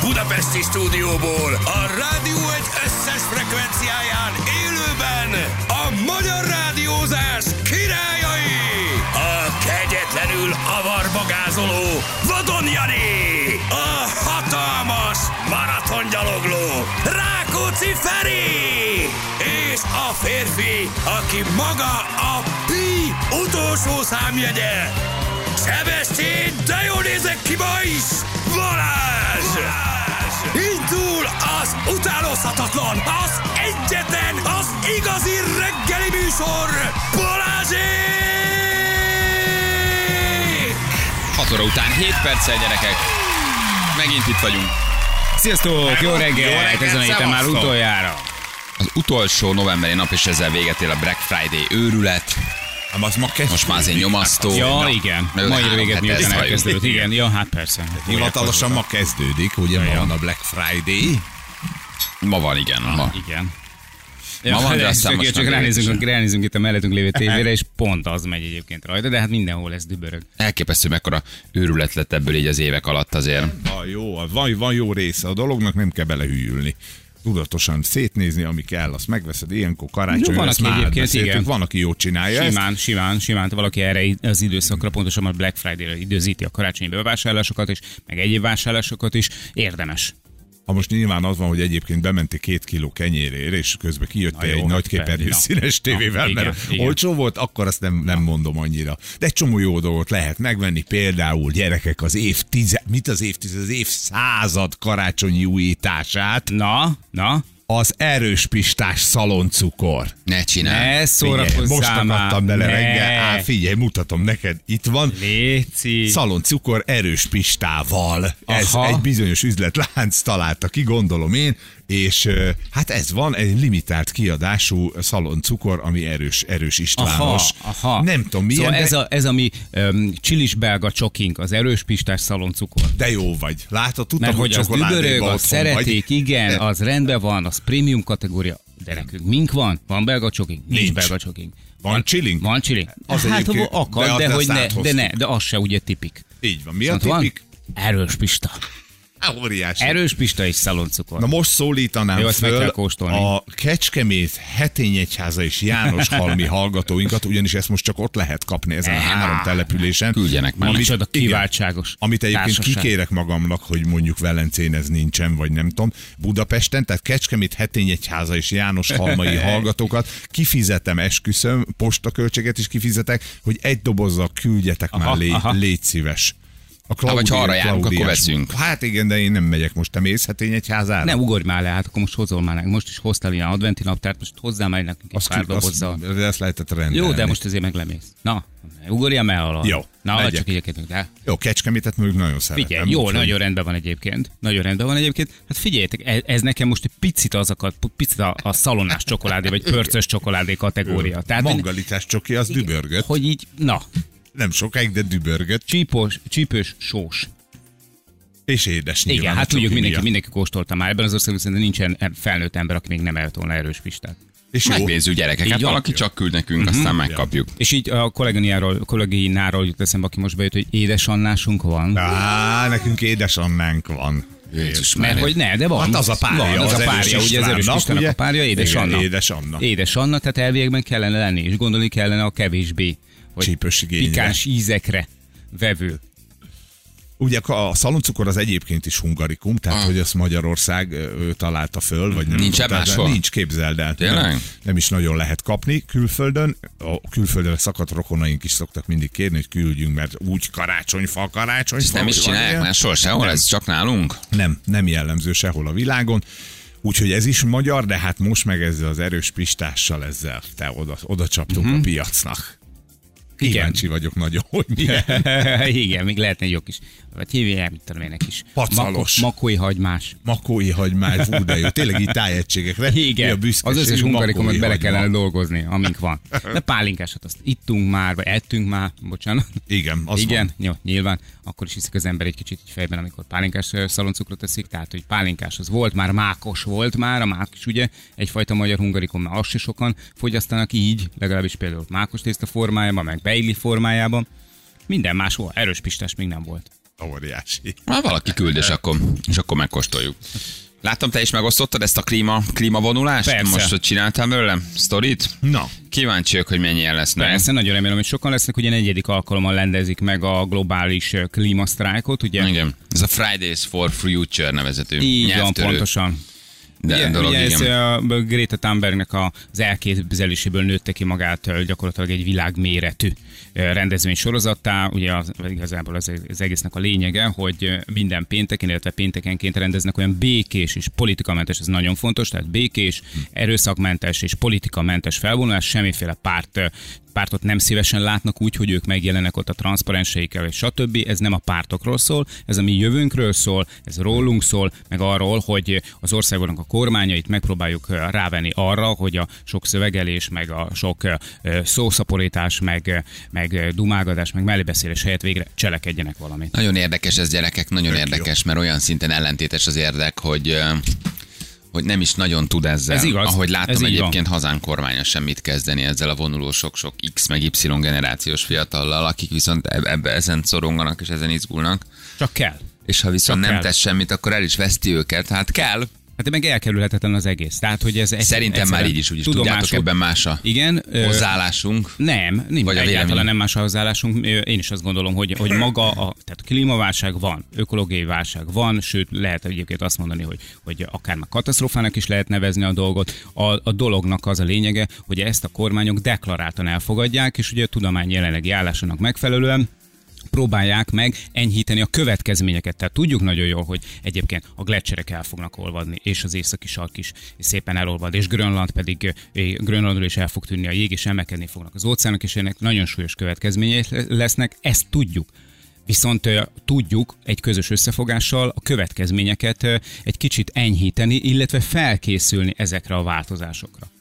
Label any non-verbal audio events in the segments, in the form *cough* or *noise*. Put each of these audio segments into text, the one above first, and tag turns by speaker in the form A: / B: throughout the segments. A: Budapesti stúdióból a Rádió egy összes frekvenciáján élőben a magyar rádiózás királyai! A kegyetlenül avarbogázoló Vadon Jani! A hatalmas maratongyalogló Rákóczi Feri! És a férfi, aki maga a Pi utolsó számjegye! Sebestyén, de jól nézek ki ma is! Balázs! Balázs! Indul az utánozhatatlan, az egyetlen, az igazi reggeli műsor! Balázsék!
B: 6 óra után 7 perccel, gyerekek. Megint itt vagyunk.
C: Sziasztok, jó
B: Jó
C: reggelt!
B: reggelt,
C: Ezen a héten már
B: szevasztok!
C: utoljára.
B: Az utolsó novemberi nap, és ezzel véget ér a Black Friday őrület.
D: Ám az ma kezd.
B: Most már azért nyomasztó.
C: Ja,
B: Na,
C: igen.
B: na,
C: Mai
B: három
C: véget
B: hete
C: miután
B: ezt halljuk.
C: elkezdődött. Igen, ja, hát persze.
D: Hivatalosan ma kezdődik, ugye ma van a Black Friday.
B: Ma van, igen. Ma.
C: Igen.
B: Ma van, de
C: de
B: aztán
C: csak,
B: most
C: csak
B: már
C: ránézünk,
B: végül
C: ránézünk itt a mellettünk lévő
D: *laughs*
C: tévére, és pont az megy egyébként rajta, de hát mindenhol lesz dübörög.
B: Elképesztő, mekkora őrület lett ebből így az évek alatt azért.
D: Van jó, van, van jó része a dolognak, nem kell belehűlni. Tudatosan szétnézni, ami kell, azt megveszed ilyenkor karácsony.
C: Jó, van,
D: ezt
C: aki
D: már
C: egyébként,
D: beszéltük,
C: igen.
D: Van, aki jól csinálja ezt.
C: Simán, simán, simán, valaki erre i- az időszakra, pontosabban a Black Friday-re időzíti a karácsonyi bevásárlásokat is, meg egyéb vásárlásokat is. Érdemes.
D: Ha most nyilván az van, hogy egyébként bementi két kiló kenyérért, és közben kijött
C: Na jó,
D: egy
C: hát
D: nagy képernyő
C: persze, na.
D: színes
C: Na,
D: tévével,
C: igen,
D: mert
C: igen.
D: olcsó volt, akkor azt nem, nem mondom annyira. De egy csomó jó dolgot lehet megvenni, például gyerekek az évtized, mit az évtized, az évszázad karácsonyi újítását,
C: Na, na,
D: az erős pistás szaloncukor.
B: Ne csinálj.
C: ne
D: Figyelj, most
C: szórakozzál már.
D: akadtam bele
C: Ne.
D: reggel. Á, figyelj, mutatom neked, itt van.
C: Léci.
D: Szaloncukor erős pistával. Ez
C: Aha.
D: egy bizonyos üzletlánc találta ki, gondolom én, és ö, hát ez van, egy limitált kiadású szaloncukor, ami erős, erős Istvános. Nem tudom milyen,
C: Szóval
D: de,
C: ez, a, ez a mi um, csilis belga csokink, az erős pistás szaloncukor.
D: de jó vagy. Látod, tudtam,
C: Mert hogy az
D: csokoládéban
C: dübörög,
D: otthon
C: azt szeretik,
D: vagy.
C: igen,
D: De-
C: az rendben van, az prémium kategória. De nekünk mink van? Van belga csokink? Nincs,
D: Nincs.
C: belga csokink.
D: Van chilling?
C: Van chilling.
D: Az
C: hát, ha
D: egyébként- de
C: akad,
D: azt
C: de, hogy ne,
D: áthoztuk.
C: de ne, de az se ugye tipik.
D: Így van. Mi a
C: Viszont van?
D: tipik?
C: Erős pista.
D: Á, Óriási.
C: Erős pista és szaloncukor.
D: Na most szólítanám
C: Jó, ezt meg
D: föl
C: kell kóstolni.
D: a Kecskemét Hetényegyháza és János Halmi hallgatóinkat, ugyanis ezt most csak ott lehet kapni ezen a három településen.
B: Küldjenek már.
C: Micsoda
D: igen.
C: kiváltságos
D: Amit egyébként
C: társaság.
D: kikérek magamnak, hogy mondjuk Velencén ez nincsen, vagy nem tudom. Budapesten, tehát Kecskemét Hetényegyháza és János
C: *laughs*
D: Halmai hallgatókat kifizetem, esküszöm, postaköltséget is kifizetek, hogy egy dobozzal küldjetek már,
C: Aha,
D: légy,
C: aha.
D: légy szíves. A Claudia,
B: vagy ha arra járunk, akkor
D: Klaudiás-
B: veszünk.
D: Hát igen, de én nem megyek most. Te mész Hetényegyházára?
C: Ne ugorj már le, hát akkor most hozol már nekünk. Most is hoztál ilyen adventi naptárt, most hozzá már nekünk egy
D: Azt,
C: pár
D: ki- azt,
C: dobozzal.
D: de ezt lehetett rendelni.
C: Jó, de most azért meglemész. Na, ugorjam el alá.
D: Jó,
C: Na, hagyd
D: megyek.
C: csak igyekedünk, de
D: Jó, kecskemétet mondjuk nagyon
B: Hát
D: szeretem.
C: figyelj, jó,
D: úgyhogy-
C: nagyon rendben van egyébként. Nagyon rendben van egyébként. Hát figyeljetek, e- ez nekem most egy picit az a, picit a, a szalonás csokoládé, vagy pörcös csokoládé kategória. Tehát, hogy,
D: Mangalitás csoki, az dübörgött.
C: hát hogy így, na,
D: Nem sokáig, de dübörgött.
C: csípós, csípős sós.
D: És édes nyilván.
C: Igen,
D: a
C: hát
D: csoki
C: tudjuk, mindenki,
D: miatt.
C: mindenki kóstolta már. Ebben az országban szerintem nincsen e- felnőtt ember, aki még nem elt volna erős pistát.
D: És jó,
B: Megnézzük gyerekeket.
C: Így van.
B: Valaki csak küld nekünk,
C: Mhm.
B: aztán megkapjuk.
C: És így a kollégináról, kollégináról jut eszembe, aki most bejött, hogy édes Annásunk van.
D: Á, nekünk édes Annánk van.
B: Jézus
C: Mert hogy ne, de van.
D: Hát az a párja,
C: Van,
D: az
C: az, az a
D: erős
C: párja, ugye az erős
D: Istvánnak,
C: Istennek
D: ugye?
C: a párja, édes
D: Igen,
C: Anna.
D: Édes Anna.
C: Édes Anna, tehát elvégben kellene lenni, és gondolni kellene a kevésbé. Vagy
D: Csípős igényre.
C: Pikáns ízekre vevő.
D: Ugye a szaloncukor az egyébként is hungarikum, tehát
C: Ah.
D: hogy azt Magyarország ö, ő találta föl, vagy nem.
B: Nincs
D: tudom,
B: ebb
D: tehát
B: máshol?
D: Nincs, képzeld el.
B: Tényleg?
D: Nem, nem is nagyon lehet kapni külföldön. A külföldön szakadt rokonaink is szoktak mindig kérni, hogy küldjünk, mert úgy karácsonyfa, karácsonyfa.
B: Ezt nem is
D: hogy van
B: csinálják
D: ilyen.
B: máshol sehol,
D: Nem.
B: ez csak nálunk.
D: Nem, nem jellemző sehol a világon. Úgyhogy ez is magyar, de hát most meg ezzel az erős pistással ezzel te oda, oda csaptunk
C: Mhm.
D: a piacnak. Kíváncsi vagyok nagyon, hogy milyen.
C: *laughs* Igen, még lehetne egy jó kis, vagy hívják, mit tudom én, egy kis
D: Pacalos.
C: mako- makói hagymás.
D: *laughs* Makói hagymás, fú, de jó. Tényleg így tájegységekre. Mi a
C: Igen, az
D: büszkeség?
C: összes
D: Makói
C: hungarikumot bele
D: hagyma.
C: kellene dolgozni, amink van. De pálinkásat azt ittunk már, vagy ettünk már, bocsánat.
D: Igen, az
C: Igen,
D: Igen.
C: van. jó, nyilván. Akkor is hiszik az ember egy kicsit így fejben, amikor pálinkás ö, szaloncukrot teszik, tehát hogy pálinkás az volt, már mákos volt már, a mákos ugye egyfajta magyar hungarikum, mert azt se sokan fogyasztanak így, legalábbis például mákos tészta formájában, meg beigli formájában. Minden más volt, erős pistás még nem volt.
D: Óriási.
B: Már valaki küld, és akkor, és akkor megkóstoljuk. Láttam, te is megosztottad ezt a klíma, klímavonulást?
C: Persze.
B: Most, hogy csináltál belőlem sztorit?
D: Na.
B: Kíváncsi vagyok, hogy mennyien lesznek.
C: Persze, nagyon remélem, hogy sokan lesznek, ugye negyedik alkalommal rendezik meg a globális ö, klímasztrájkot, ugye?
B: Igen. Ez a Fridays for Future nevezetű
C: Így van,
B: nyelvtörő.
C: pontosan.
B: De
C: Ugye,
B: dolog,
C: ugye
B: igen.
C: ez ö, Greta Thunbergnek a- az elképzeléséből nőtte ki magát ö, gyakorlatilag egy világméretű ö, rendezvény sorozattá. Ugye az, igazából az, az egésznek a lényege, hogy ö, minden pénteken, illetve péntekenként rendeznek olyan békés és politikamentes, ez nagyon fontos, tehát békés, erőszakmentes és politikamentes felvonulás, semmiféle párt ö, pártot nem szívesen látnak úgy, hogy ők megjelennek ott a transzparenseikkel, és stb. Ez nem a pártokról szól, ez a mi jövőnkről szól, ez rólunk szól, meg arról, hogy az országoknak a kormányait megpróbáljuk ö, rávenni arra, hogy a sok szövegelés, meg a sok ö, ö, szószaporítás, meg, ö, meg ö, dumágadás, meg mellébeszélés helyett végre cselekedjenek valamit.
B: Nagyon érdekes ez, gyerekek, nagyon érdekes, mert olyan szinten ellentétes az érdek, hogy ö, hogy nem is nagyon tud ezzel.
C: Ez igaz.
B: Ahogy láttam,
C: Ez így
B: egyébként hazánk kormánya semmit kezdeni ezzel a vonuló sok-sok X meg Y generációs fiatallal, akik viszont eb- ebbe ezen szoronganak és ezen izgulnak.
C: Csak kell.
B: És ha viszont
C: Csak
B: nem
C: kell.
B: tesz semmit, akkor el is veszti őket. Hát kell.
C: Hát meg elkerülhetetlen az egész. Tehát, hogy ez egy,
B: Szerintem már így is, úgyis tudjátok, ebben más a
C: Igen, ö,
B: hozzáállásunk.
C: Nem, nincs,
B: Vagy
C: Vagy
B: a
C: egyáltalán
B: vélemény.
C: nem más a hozzáállásunk. Ö, Én is azt gondolom, hogy, hogy maga a tehát a klímaválság van, ökológiai válság van, sőt lehet egyébként azt mondani, hogy, hogy akár már katasztrófának is lehet nevezni a dolgot. A, a dolognak az a lényege, hogy ezt a kormányok deklaráltan elfogadják, és ugye a tudomány jelenlegi állásának megfelelően próbálják meg enyhíteni a következményeket. Tehát tudjuk nagyon jól, hogy egyébként a gletszerek el fognak olvadni, és az északi sark is szépen elolvad, és Grönland pedig eh, Grönlandról is el fog tűnni a jég, és emelkedni fognak az óceánok, és ennek nagyon súlyos következményei le- lesznek, ezt tudjuk. Viszont eh, tudjuk egy közös összefogással a következményeket eh, egy kicsit enyhíteni, illetve felkészülni ezekre a változásokra.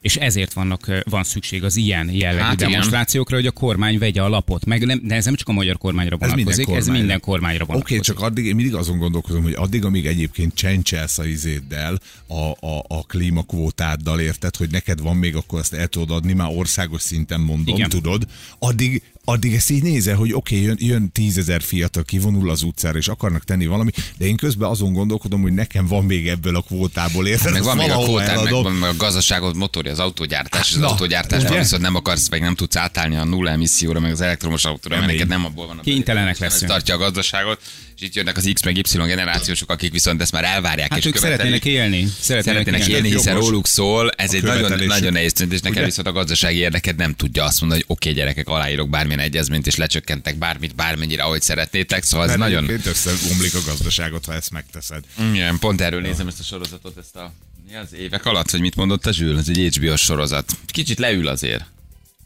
C: És ezért vannak, eh, van szükség az ilyen jellegű
B: Hát
C: hát
B: igen.
C: demonstrációkra, hogy a kormány vegye a lapot. Meg nem, de ez nem csak a magyar kormányra
D: Ez minden
C: vonatkozik, ez
D: kormányra.
C: minden kormányra
D: Oké,
C: vonatkozik.
D: okay, csak addig, én mindig azon gondolkozom, hogy addig, amíg egyébként csencselsz a izéddel, a, a, a klímakvótáddal, érted, hogy neked van még, akkor azt el tudod adni, már országos szinten mondom,
C: Igen.
D: Igen. tudod, addig, addig ezt így nézel, hogy oké, okay, jön, jön tízezer fiatal, kivonul az utcára, és akarnak tenni valami, de én közben azon gondolkodom, hogy nekem van még ebből a kvótából, érted?
B: Meg
D: Ezt
B: van még a
D: valahol
B: kvótán, meg,
D: eladom.
B: van meg a gazdaságod motorja, az
C: Hát
B: autógyártás, és az
D: Na,
B: autógyártásban
D: ugye?
B: viszont nem akarsz, meg nem tudsz átállni a nulla emisszióra, meg az elektromos autóra, mert
D: Nem
B: neked
D: így.
B: nem abból van a
C: Kénytelenek
B: belépés, hanem ez
C: leszünk.
B: tartja a gazdaságot, és itt jönnek az X meg Y generációsok, akik viszont ezt már elvárják
C: Hát
B: és
C: ők
B: követelik.
C: szeretnének élni. Szeretnének,
B: Szeretnének élni,
D: Tök
B: hiszen
D: jogos.
B: róluk szól, ez egy nagyon,
D: követelésük.
B: nagyon nehéz döntés, neked
D: Ugye?
B: viszont a gazdasági érdeked nem tudja azt mondani, hogy oké, okay, gyerekek, aláírok bármilyen egyezményt, és lecsökkentek bármit, bármennyire, ahogy szeretnétek, szóval ez
D: Mert
B: nagyon...
D: egyébként összeomlik a gazdaságot, ha ezt megteszed.
B: Igen, pont erről nézem ezt a sorozatot, ezt a mi az évek alatt, hogy mit mondott a Zsül, ez egy HBO sorozat. Kicsit leül azért.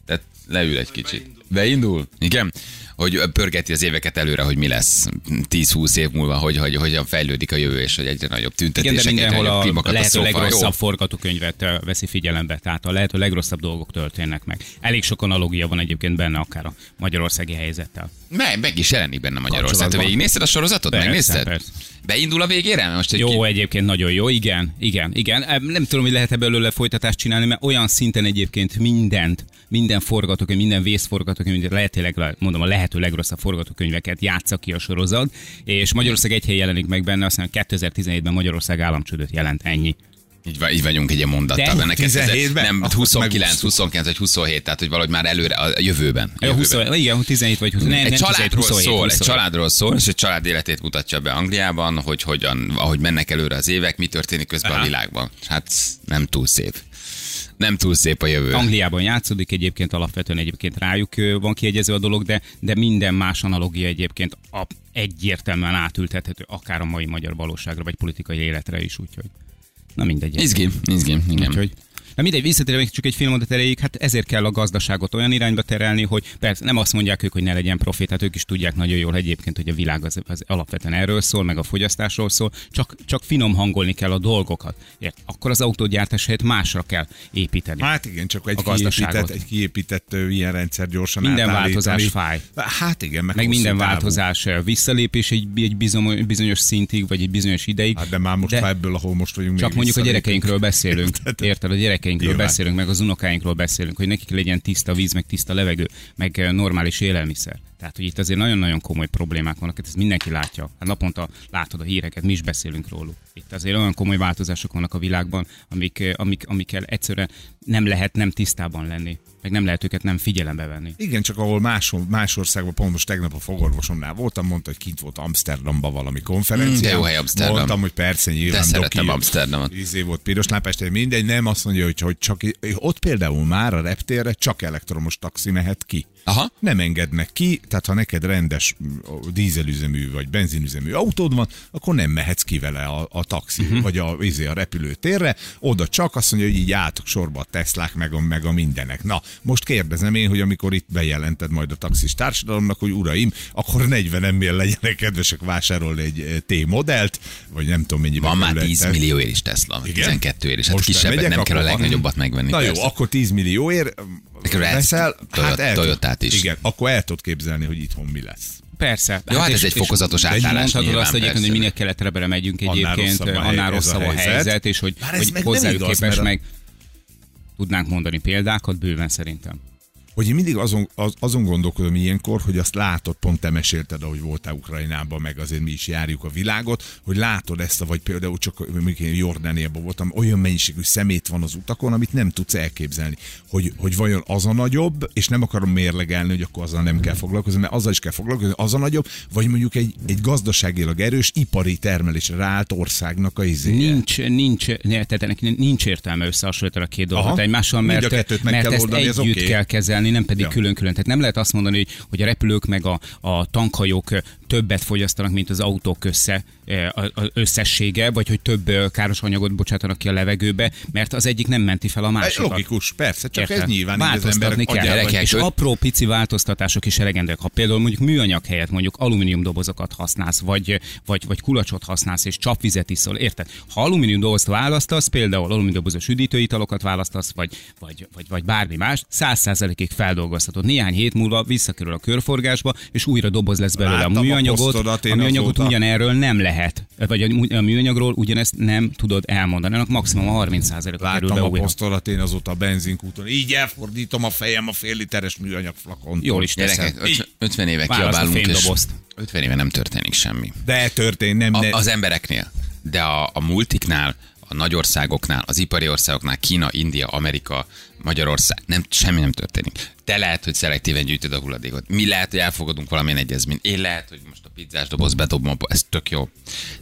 B: Tehát leül egy kicsit. Beindul? Igen. Hogy pörgeti az éveket előre, hogy mi lesz 10-20 év múlva, hogy, hogy hogyan fejlődik a jövő, és hogy egyre nagyobb
C: Igen, de
B: tüntetések, egyre
C: mindenhol
B: nagyobb
C: a lehető
B: klímakatasztrófa. Jó.
C: legrosszabb forgatókönyvet ö, veszi figyelembe, tehát a lehető legrosszabb dolgok történnek meg. Elég sok analogia van egyébként benne, akár a magyarországi helyzettel.
B: Meg, meg is jelenik benne Magyarország. Te
D: Kapcsolatban.
B: végignézted a sorozatot?
C: Persze,
B: Megnézted?
C: persze.
B: Beindul a végére? Most egy
C: Jó,
B: ki-
C: egyébként nagyon jó, igen, igen, igen. Em, Nem tudom, hogy lehet-e belőle folytatást csinálni, mert olyan szinten egyébként mindent, minden forgatókönyv, minden vészforgatókönyv, lehetőleg, mondom, a lehető legrosszabb forgatókönyveket játsza ki a sorozat, és Magyarország egy hely jelenik meg benne, aztán 2017-ben Magyarország államcsődöt jelent ennyi.
B: Így, van, így vagyunk egy ilyen mondattal.
C: De?
B: benne. Kezd-
D: 17-ben?
B: Nem,
D: Akkor
B: 29,
D: megúsztuk.
B: 29 vagy 27, tehát hogy valahogy már előre, a jövőben. A
C: Jó,
B: jövőben.
C: 20, igen, 17 vagy 20, nem,
B: egy
C: nem 17,
B: családról
C: 27,
B: szól,
C: 27.
B: egy családról szól, és egy család életét mutatja be Angliában, hogy hogyan, ahogy mennek előre az évek, mi történik közben Aha. a
C: Aha.
B: világban. És Hát nem túl szép. Nem túl szép a jövő.
C: Angliában játszódik egyébként, alapvetően egyébként rájuk ö, van kiegyező a dolog, de, de minden más analogia egyébként a, egyértelműen átültethető, akár a mai magyar valóságra, vagy politikai életre is, úgyhogy. Na mindegy.
B: Izgi, izgi, igen.
C: Úgyhogy. Na mindegy, visszatérve csak egy fél mondat erejéig, hát ezért kell a gazdaságot olyan irányba terelni, hogy persze nem azt mondják ők, hogy ne legyen profit, hát ők is tudják nagyon jól egyébként, hogy a világ az, az alapvetően erről szól, meg a fogyasztásról szól, csak, csak finom hangolni kell a dolgokat. Ért? Akkor az autógyártás helyett másra kell építeni.
D: Hát igen, csak egy,
C: A gazdaságot.
D: kiépített, egy kiépített ö, ilyen rendszer gyorsan
C: Minden
D: átállítani.
C: változás fáj.
D: Hát igen, meg,
C: meg
D: hosszú
C: minden
D: távú.
C: változás ö, visszalépés egy, egy bizony- bizonyos szintig, vagy egy bizonyos ideig.
D: Hát de már Hát most, de... ha ebből, ahol most vagyunk,
C: Csak
D: még
C: mondjuk a
D: visszalépünk. *laughs*
C: gyerekeinkről beszélünk.
D: Érted?
C: Érted? A gyerekeinkről
D: Nyilván.
C: beszélünk, meg az unokáinkról beszélünk, hogy nekik legyen tiszta víz, meg tiszta levegő, meg eh, normális élelmiszer. Tehát, hogy itt azért nagyon-nagyon komoly problémák vannak, hát ezt mindenki látja. Hát naponta látod a híreket, mi is beszélünk róluk. Itt azért olyan komoly változások vannak a világban, amik, eh, amik, amikkel egyszerűen nem lehet nem tisztában lenni, meg nem lehet őket nem figyelembe venni.
D: Igen, csak ahol más, más országban, pont most tegnap a fogorvosomnál voltam, mondta, hogy kint volt Amsterdamban valami konferencia.
B: Mm, de jó hely Amsterdam.
D: Mondtam, hogy persze nyilván.
B: De szeretem
D: doki,
B: Amsterdamot.
D: Izé volt piros lápest, mindegy, nem azt mondja, hogy, hogy csak ott például már a reptérre csak elektromos taxi mehet ki.
B: Aha.
D: Nem engednek ki, tehát ha neked rendes mm, dízelüzemű vagy benzinüzemű autód van, akkor nem mehetsz ki vele a, a taxi,
B: Mhm.
D: uh-huh. vagy a, izé, a repülőtérre, oda csak azt mondja, hogy így álltok sorba a Teslák, meg a, meg a mindenek. Na, most kérdezem én, hogy amikor itt bejelented majd a taxis társadalomnak, hogy uraim, akkor 40 ember legyenek kedvesek vásárolni egy eh, T-modellt, vagy nem tudom mennyibe.
B: Van már
D: kerül egy
B: 10
D: Tesla.
B: millióért is Tesla, meg
D: Igen?
B: 12 ér is. Hát
D: Most
B: kisebbet
D: elmegyek,
B: nem kell a
D: akkor-
B: legnagyobbat megvenni.
D: Na jó,
B: persze.
D: akkor 10 millióért
B: Akkor vehetsz
D: veszel,
B: Toyota-
D: hát el tud-
B: Toyotát is.
D: Igen, akkor el tudod képzelni, hogy itthon mi lesz.
C: Persze.
B: Jó, hát ez egy fokozatos
C: és
B: átállás
C: Mondhatod
B: nyilván,
C: azt egyébként,
B: persze.
C: hogy minél keletre megyünk
D: Annál
C: egyébként,
D: rosszabb a hely-
C: annál
D: ez a
C: rosszabb a
D: helyzet.
C: helyzet, és hogy,
D: Bár ez
C: hogy
D: meg nem
C: hozzájuk
D: igaz,
C: képes
D: mert a-
C: meg tudnánk mondani példákat bőven szerintem.
D: hogy én mindig azon, az, azon gondolkodom ilyenkor, hogy azt látod, pont te mesélted, ahogy voltál Ukrajnában, meg azért mi is járjuk a világot, hogy látod ezt, a- vagy például csak mondjuk én Jordániában voltam, olyan mennyiségű szemét van az utakon, amit nem tudsz elképzelni, hogy, hogy vajon az a nagyobb, és nem akarom mérlegelni, hogy akkor azzal nem kell foglalkozni, mert azzal is kell foglalkozni, az a nagyobb, vagy mondjuk egy, egy gazdaságilag erős ipari termelésre ráállt országnak a izé. izéje.
C: Nincs, nincs, ne- tehát ennek nincs értelme összehasonlítani a két dolgot
D: Aha.
C: egymással,
D: Mind a
C: mert,
D: kettőt meg
C: mert
D: kell
C: ezt
D: oldani, ez
C: együtt
D: oké.
C: kell kezelni, nem pedig
D: Ja.
C: külön-külön. Tehát nem lehet azt mondani, hogy, hogy a repülők meg a, a tankhajók többet fogyasztanak, mint az autók össze, eh, a- a- összessége, vagy hogy több eh, káros anyagot bocsátanak ki a levegőbe, mert az egyik nem menti fel a
D: Ez
C: másikat.
D: Logikus, persze, csak
C: Érted?
D: ez nyilván így az
C: Változtatni
D: emberek
C: kell.
D: agyában-
B: Gyerekek,
C: és
B: öt-
C: apró pici változtatások is elegendőek. Ha például mondjuk műanyag helyett mondjuk alumínium dobozokat használsz, vagy, vagy, vagy kulacsot használsz, és csapvizet iszol, érted? Ha alumínium dobozt választasz, például alumínium dobozos üdítőitalokat választasz, vagy, vagy, vagy, vagy bármi más, száz százalékig feldolgoztatod. Néhány hét múlva visszakerül a körforgásba, és újra doboz lesz belőle
D: Láttam
C: a
D: a
C: műanyagot.
D: posztodat én
C: a műanyagot
D: azóta.
C: ugyanerről nem lehet, vagy a a műanyagról ugyanezt nem tudod elmondani. Annak maximum a 30 százaléka kerül
D: Láttam
C: be
D: a
C: újra.
D: posztolat én azóta a benzinkúton. Így elfordítom a fejem a fél literes műanyag flakon.
C: Jól is teszed.
B: Gyerekek, ötven- 50 éve
C: Választ a
B: kiabálunk, és
C: fénydobozt.
B: 50 éve nem történik semmi.
D: De történt, nem,
B: A,
D: ne,
B: az embereknél, de a, a multiknál, a nagy országoknál, az ipari országoknál, Kína, India, Amerika, Magyarország, nem, semmi nem történik. Te lehet, hogy szelektíven gyűjtöd a hulladékot. Mi lehet, hogy elfogadunk valamilyen egyezményt. Én lehet, hogy most a pizzás doboz bedobom, abba, ez tök jó.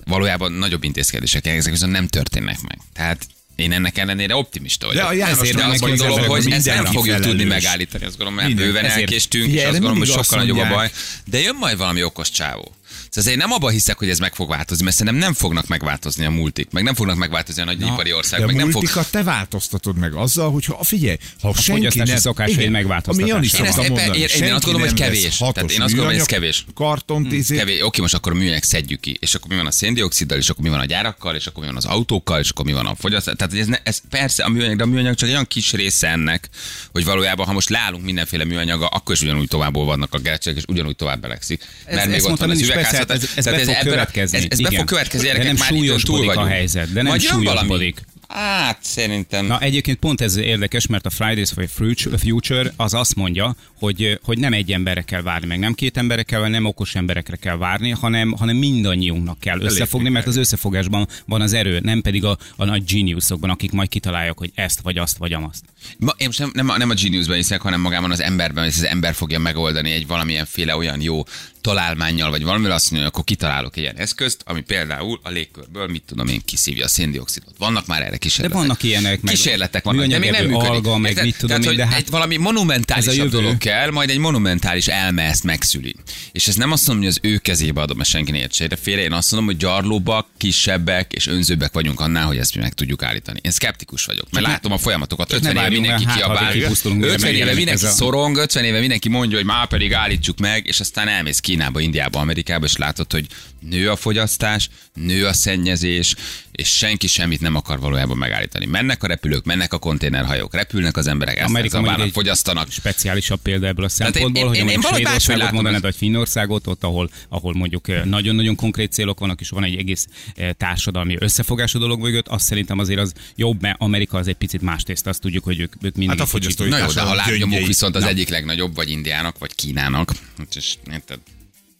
B: Valójában nagyobb intézkedések kell, ezek viszont nem történnek meg. Tehát én ennek ellenére optimista vagyok.
D: De a János
B: Ezért
D: Tamás
B: azt
D: mondja,
B: gondolom,
D: hogy
B: hogy ezt nem
D: mindenki
B: fogjuk tudni
D: felelős.
B: megállítani. Azt gondolom, mert
D: Minden.
B: bőven
D: Ezért.
B: elkéstünk, és
D: Figyelj,
B: azt
D: erre
B: gondolom, hogy
D: mindig azt
B: sokkal nagyobb a
D: mondják.
B: baj. De jön majd valami okos csávó. Szóval én nem abban hiszek, hogy ez meg fog változni, mert szerintem nem fognak megváltozni a multik, meg nem fognak megváltozni a nagy ipari országok, meg
D: de
B: nem fog.
D: multikat te változtatod meg azzal, hogy ha, figyelj, ha senki
C: fogyasztási
D: nem...
C: szokásaid megváltoztatása.
D: Ami Jani
C: Én
B: ezt
D: szokta
B: éppen- én-
D: mondani.
B: én azt
D: senki
B: gondolom, hogy
D: nem
B: kevés.
D: vesz
B: Tehát
D: hatos
B: én azt gondolom, hogy ez
D: műanyag
B: kevés. Hm,
D: Kartont, izé-
B: Kevés. Oké, most akkor a műanyag szedjük ki, és akkor mi van a széndioksziddal, és akkor mi van a gyárakkal, és akkor mi van az autókkal, és akkor mi van a fogyasztás. Tehát hogy ez, ne, ez persze a műanyag, de a műanyag csak egy olyan kis része ennek, hogy valójában, ha most lálunk mindenféle műanyaga, akkor is ugyanúgy tovább vannak a gercsek, és ugyanúgy tovább belegszik.
C: Ez- ezt mondtam én is, persze, hát
B: üvegházat.
C: ez- ez
B: Tehát
C: be fog
B: ebben a-
C: következni.
B: Ez, ez be
C: Igen.
B: fog következni,
C: De
B: gyerekek,
C: nem
B: már időn túl
C: súlyosbodik a
B: vagyunk.
C: helyzet, de nem
B: Majd jön valami.
C: súlyosbodik.
B: Hát szerintem.
C: Na egyébként pont ez érdekes, mert a Fridays for Future az azt mondja, hogy, hogy nem egy emberre kell várni, meg nem két emberre kell, várni, nem okos emberekre kell várni, hanem, hanem mindannyiunknak kell összefogni, mert az összefogásban van az erő, nem pedig a, a nagy geniuszokban, akik majd kitalálják, hogy ezt vagy azt vagy amazt.
B: Ma, én most nem, nem, a- nem a geniusban hiszek, hanem magában az emberben, hogy ez az ember fogja megoldani egy valamilyen féle olyan jó találmányjal, vagy valamivel azt mondja, hogy akkor kitalálok egy ilyen eszközt, ami például a légkörből, mit tudom én, kiszívja a széndiokszidot. Vannak már erre kísérletek.
C: vannak ilyenek, meg
B: kísérletek vannak, de még nem
C: műanyag
B: működik.
C: alga, meg
B: Érted?
C: mit tudom
B: Tehát,
C: én,
B: hogy
C: de hát
B: egy valami monumentális
C: ez a jövő.
B: dolog kell, majd egy monumentális elme ezt megszüli. És ezt nem azt mondom, hogy az ő kezébe adom, mert senki ne értse de félre. Én azt mondom, hogy gyarlóbbak, kisebbek és önzőbbek vagyunk annál, hogy ezt mi meg tudjuk állítani. Én szkeptikus vagyok, mert látom a folyamatokat. 50 éve
C: várjunk,
B: mindenki
C: mert hát, ha
B: kiabál,
C: kipusztulunk, mire
B: 50 éve
C: megjelenik
B: mindenki
C: ez a-
B: szorong, 50 éve mindenki mondja, hogy már pedig állítsuk meg, és aztán elmész Kínába Kínába, Indiába, Amerikába, és látod, hogy nő a fogyasztás, nő a szennyezés, és senki semmit nem akar valójában megállítani. Mennek a repülők, mennek a konténerhajók, repülnek az emberek, ezt
C: Amerika
B: Amerika
C: mondjuk egy
B: fogyasztanak.
C: speciálisabb példa ebből a
B: én-
C: szempontból,
B: én-
C: hogy
B: én- én
C: mondjuk
B: valahogy máshogy
C: Svédországot
B: látom
C: mondanád,
B: ezt.
C: vagy Finnországot, ott, ahol, ahol mondjuk eh, nagyon-nagyon konkrét célok vannak, és van egy egész eh, társadalmi összefogás a dolog mögött, azt szerintem azért az jobb, mert Amerika az egy picit más teszt, azt tudjuk, hogy ők, ők mindig
D: Hát a
C: egy kicsit-
D: fogyasztói
B: Na jó, de ha
D: társadalom
B: lábnyomuk
D: gyöngyei.
B: viszont az egyik legnagyobb, vagy Indiának, vagy Kínának, Hát és érted?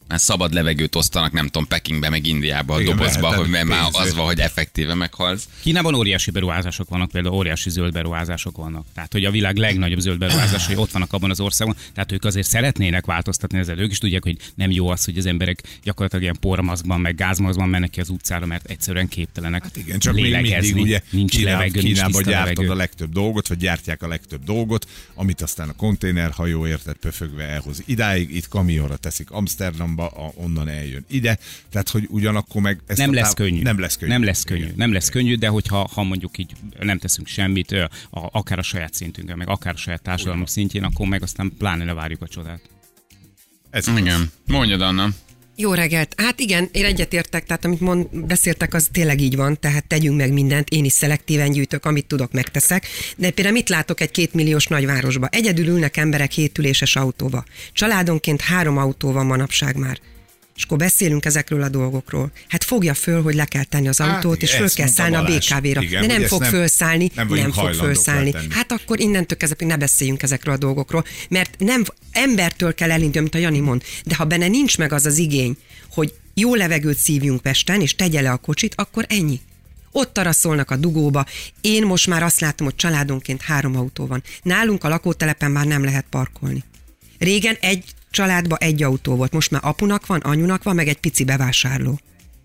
B: Már szabad levegőt osztanak, nem tudom, Pekingbe, meg Indiába, a
D: Igen,
B: dobozba,
D: lehet,
B: hogy mert már
D: pénzért.
B: az van, hogy effektíve meghalsz.
C: Kínában óriási beruházások vannak, például óriási zöld beruházások vannak. Tehát, hogy a világ legnagyobb zöld beruházásai ott vannak abban az országban, tehát ők azért szeretnének változtatni ezzel. Ők is tudják, hogy nem jó az, hogy az emberek gyakorlatilag ilyen pormazban, meg gázmazban mennek ki az utcára, mert egyszerűen képtelenek
D: Hát igen, csak még
C: lélegezni.
D: mindig ugye
C: nincs
D: Kínába,
C: levegő, nincs
D: Kínába
C: tiszta
D: gyártod
C: levegő.
D: a legtöbb dolgot, vagy gyártják a legtöbb dolgot, amit aztán a konténerhajó érted pöfögve elhoz idáig, itt kamionra teszik Amsterdamba, a, onnan eljön ide, tehát hogy ugyanakkor meg... Ezt
C: nem
D: a
C: lesz
D: táv-
C: könnyű.
D: Nem lesz könnyű.
C: Nem lesz könnyű.
D: Igen.
C: Nem lesz könnyű, de hogyha ha mondjuk így nem teszünk semmit, ö, a, akár a saját szintünkön, meg akár a saját társadalmunk szintjén, akkor meg aztán pláne ne várjuk a csodát.
D: Ez igaz.
B: Igen. Mondjad, Anna.
E: Jó reggelt! Hát igen, én egyetértek, tehát amit mond, beszéltek, az tényleg így van, tehát tegyünk meg mindent, én is szelektíven gyűjtök, amit tudok, megteszek. De például mit látok egy kétmilliós nagyvárosba? Egyedül ülnek emberek hétüléses autóba. Családonként három autó van manapság már. És akkor beszélünk ezekről a dolgokról. Hát fogja föl, hogy le kell tenni az
D: Hát
E: autót, és
D: igen,
E: föl
D: ezt
E: kell
D: mondta
E: szállni a
D: Balázs.
E: BKV-ra.
D: Igen,
E: De nem
D: hogy ezt
E: fog
D: nem-
E: fölszállni,
D: nem
E: nem,
D: vagyunk
E: fog
D: hajlandók
E: fölszállni.
D: letenni.
E: Hát akkor innentől kezdve ne beszéljünk ezekről a dolgokról, mert nem embertől kell elindulni, amit a Jani mond, de ha benne nincs meg az az igény, hogy jó levegőt szívjunk Pesten, és tegye le a kocsit, akkor ennyi. Ott taraszolnak a dugóba. Én most már azt látom, hogy családonként három autó van. Nálunk a lakótelepen már nem lehet parkolni. Régen egy családba egy autó volt, most már apunak van, anyunak van, meg egy pici bevásárló.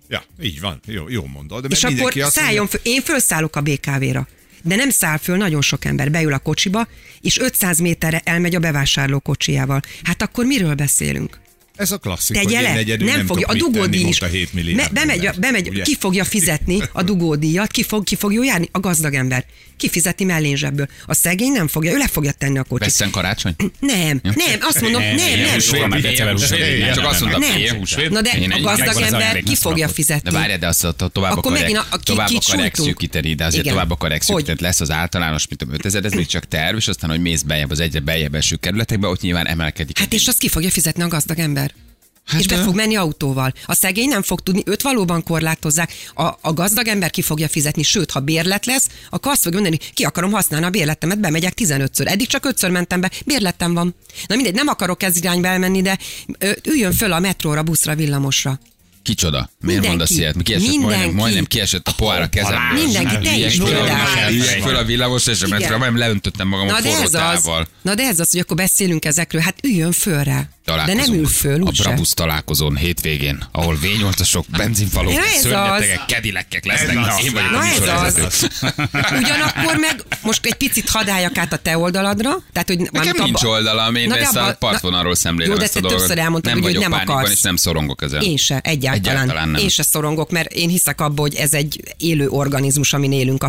D: Ja, így van. Jó, jó mondod. De
E: És
D: mert
E: akkor
D: mindenki azt mondja-
E: szálljon föl, én fölszállok a BKV-ra. De nem száll föl nagyon sok ember, beül a kocsiba, és 500 méterre elmegy a bevásárló kocsijával. Hát akkor miről beszélünk?
D: Ez a klasszik,
E: Tegye
D: hogy én
E: le,
D: egyedül
E: nem,
D: nem,
E: fogja, a
D: tudok mit tenni,
E: dugódíj is.
D: mondta 7 milliárd.
E: Me- bemegy,
D: ember,
E: bemegy
D: ugye?
E: ki fogja fizetni a dugódíjat, ki fog, ki fog jó járni? A gazdag ember. Ki fizeti mellén zsebből. A szegény nem fogja, ő le fogja tenni a kocsit.
B: Vesszen karácsony?
E: Nem, nem, azt mondom, nem, nem.
B: Én húsvéd,
C: soha már
B: én
C: egyszer
B: húsvéd,
C: húsvéd,
B: én
C: nem,
B: Csak
C: nem,
B: azt
C: nem.
B: mondtam,
E: Nem.
B: én húsvéd.
E: Na de
B: én
E: a
B: egy-
E: gazdag
C: megvan az
E: ember
C: ajándék,
E: ki
C: azt
E: fogja
C: kapod.
E: fizetni.
B: De várjál, de azt a- tovább
E: Akkor
B: akarják,
E: megint a- a ki-
B: tovább
E: kit
B: akarják
E: sújtunk.
B: szűkíteni, de azért
E: Igen.
B: tovább akarják
E: Hogy?
B: szűkíteni. Tehát lesz az általános, mint tudom, 5000, ez még csak terv, és aztán, hogy mész beljebb az egyre beljebb eső kerületekbe, ott nyilván emelkedik.
E: Hát és azt ki fogja fizetni a gazdag ember?
B: Hát
E: Hát és be
B: de-
E: fog menni autóval. A szegény nem fog tudni, őt valóban korlátozzák. A, a gazdag ember ki fogja fizetni, sőt, ha bérlet lesz, akkor azt fogja mondani, ki akarom használni a bérletemet, bemegyek 15-ször. Eddig csak 5-ször mentem be, bérletem van. Na mindegy, nem akarok ez irányba elmenni, de ö, üljön föl a metróra, buszra, villamosra.
B: Kicsoda? Miért
E: Mindenki.
B: mondasz ilyet? Mi Kiesett majdnem,
E: Mindenki.
B: majdnem kiesett a pohár a kezemből.
E: Mindenki, te
B: Ilyek
E: is
B: föl a-
E: például.
B: ilyek föl a villamos, és a
E: Igen.
B: metro, nem leöntöttem magam a
E: Na de, ez az,
B: forrótával.
E: na de ez az, hogy akkor beszélünk ezekről, hát üljön föl rá. De nem ül föl,
B: A
E: úgyse.
B: Brabus találkozón hétvégén, ahol V8-asok, benzinfalók,
E: Na ez
B: szörnyetegek,
E: az.
B: kedilekek lesznek.
D: Ez
B: Na,
D: az.
B: én vagyok a
E: Na ez
B: műsorvezető.
E: az. Ugyanakkor meg most egy picit hadáljak át a te oldaladra. Tehát, hogy
B: Nekem
E: mármint
B: nincs oldalam, én
E: Na de
B: ezt a
E: abba-
B: partvonalról
E: na-
B: szemlélem
E: Jó, de
B: ezt a
E: te
B: dolgot.
E: többször elmondtad,
B: nem
E: ugye, hogy
B: vagyok
E: nem
B: pánikban,
E: akarsz.
B: és nem szorongok ezen.
E: Én se, egyáltalán.
B: Egyáltalán nem.
E: Én se szorongok, mert én hiszek abba, hogy ez egy élő organizmus, amin élünk a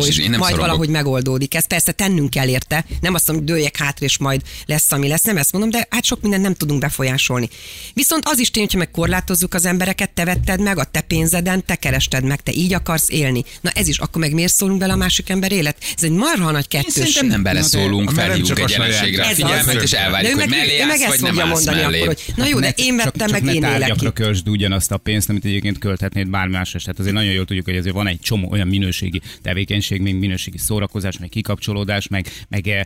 B: Én is,
E: és
B: én nem
E: majd
B: szorongok.
E: valahogy megoldódik. Ez persze tennünk kell érte. Nem azt mondom, hogy dőljek hátra, és majd lesz, ami lesz. Nem ezt mondom, de hát sok mindent nem tudunk befolyásolni. Viszont az is tény, hogyha meg korlátozzuk az embereket, te vetted meg a te pénzeden, te kerested meg, te így akarsz élni. Na ez is, akkor meg miért szólunk bele a másik ember élet? Ez egy marha nagy
B: Én
E: kettős.
B: szerintem nem beleszólunk,
D: Na de-
B: felhívjuk
D: Csak a
B: egy
D: saját-
B: jelenségre a
E: Ez
B: figyelmet,
D: az.
B: és
E: De ő
B: elvárjuk, hogy
E: meg-
B: mellé
E: ő meg
B: állsz,
E: ezt
B: vagy nem
E: fogja
B: állsz
E: mondani
B: mellé.
E: akkor, hogy Na Hát jó, de én vettem
C: csak,
E: meg,
C: csak
E: én
C: ne
E: élek
C: tárgyakra
E: itt.
C: költsd ugyanazt a pénzt, amit egyébként költhetnéd bármi másra. is. Tehát azért nagyon jól tudjuk, hogy azért van egy csomó olyan minőségi tevékenység, mint minőségi szórakozás, meg kikapcsolódás, meg, meg eh,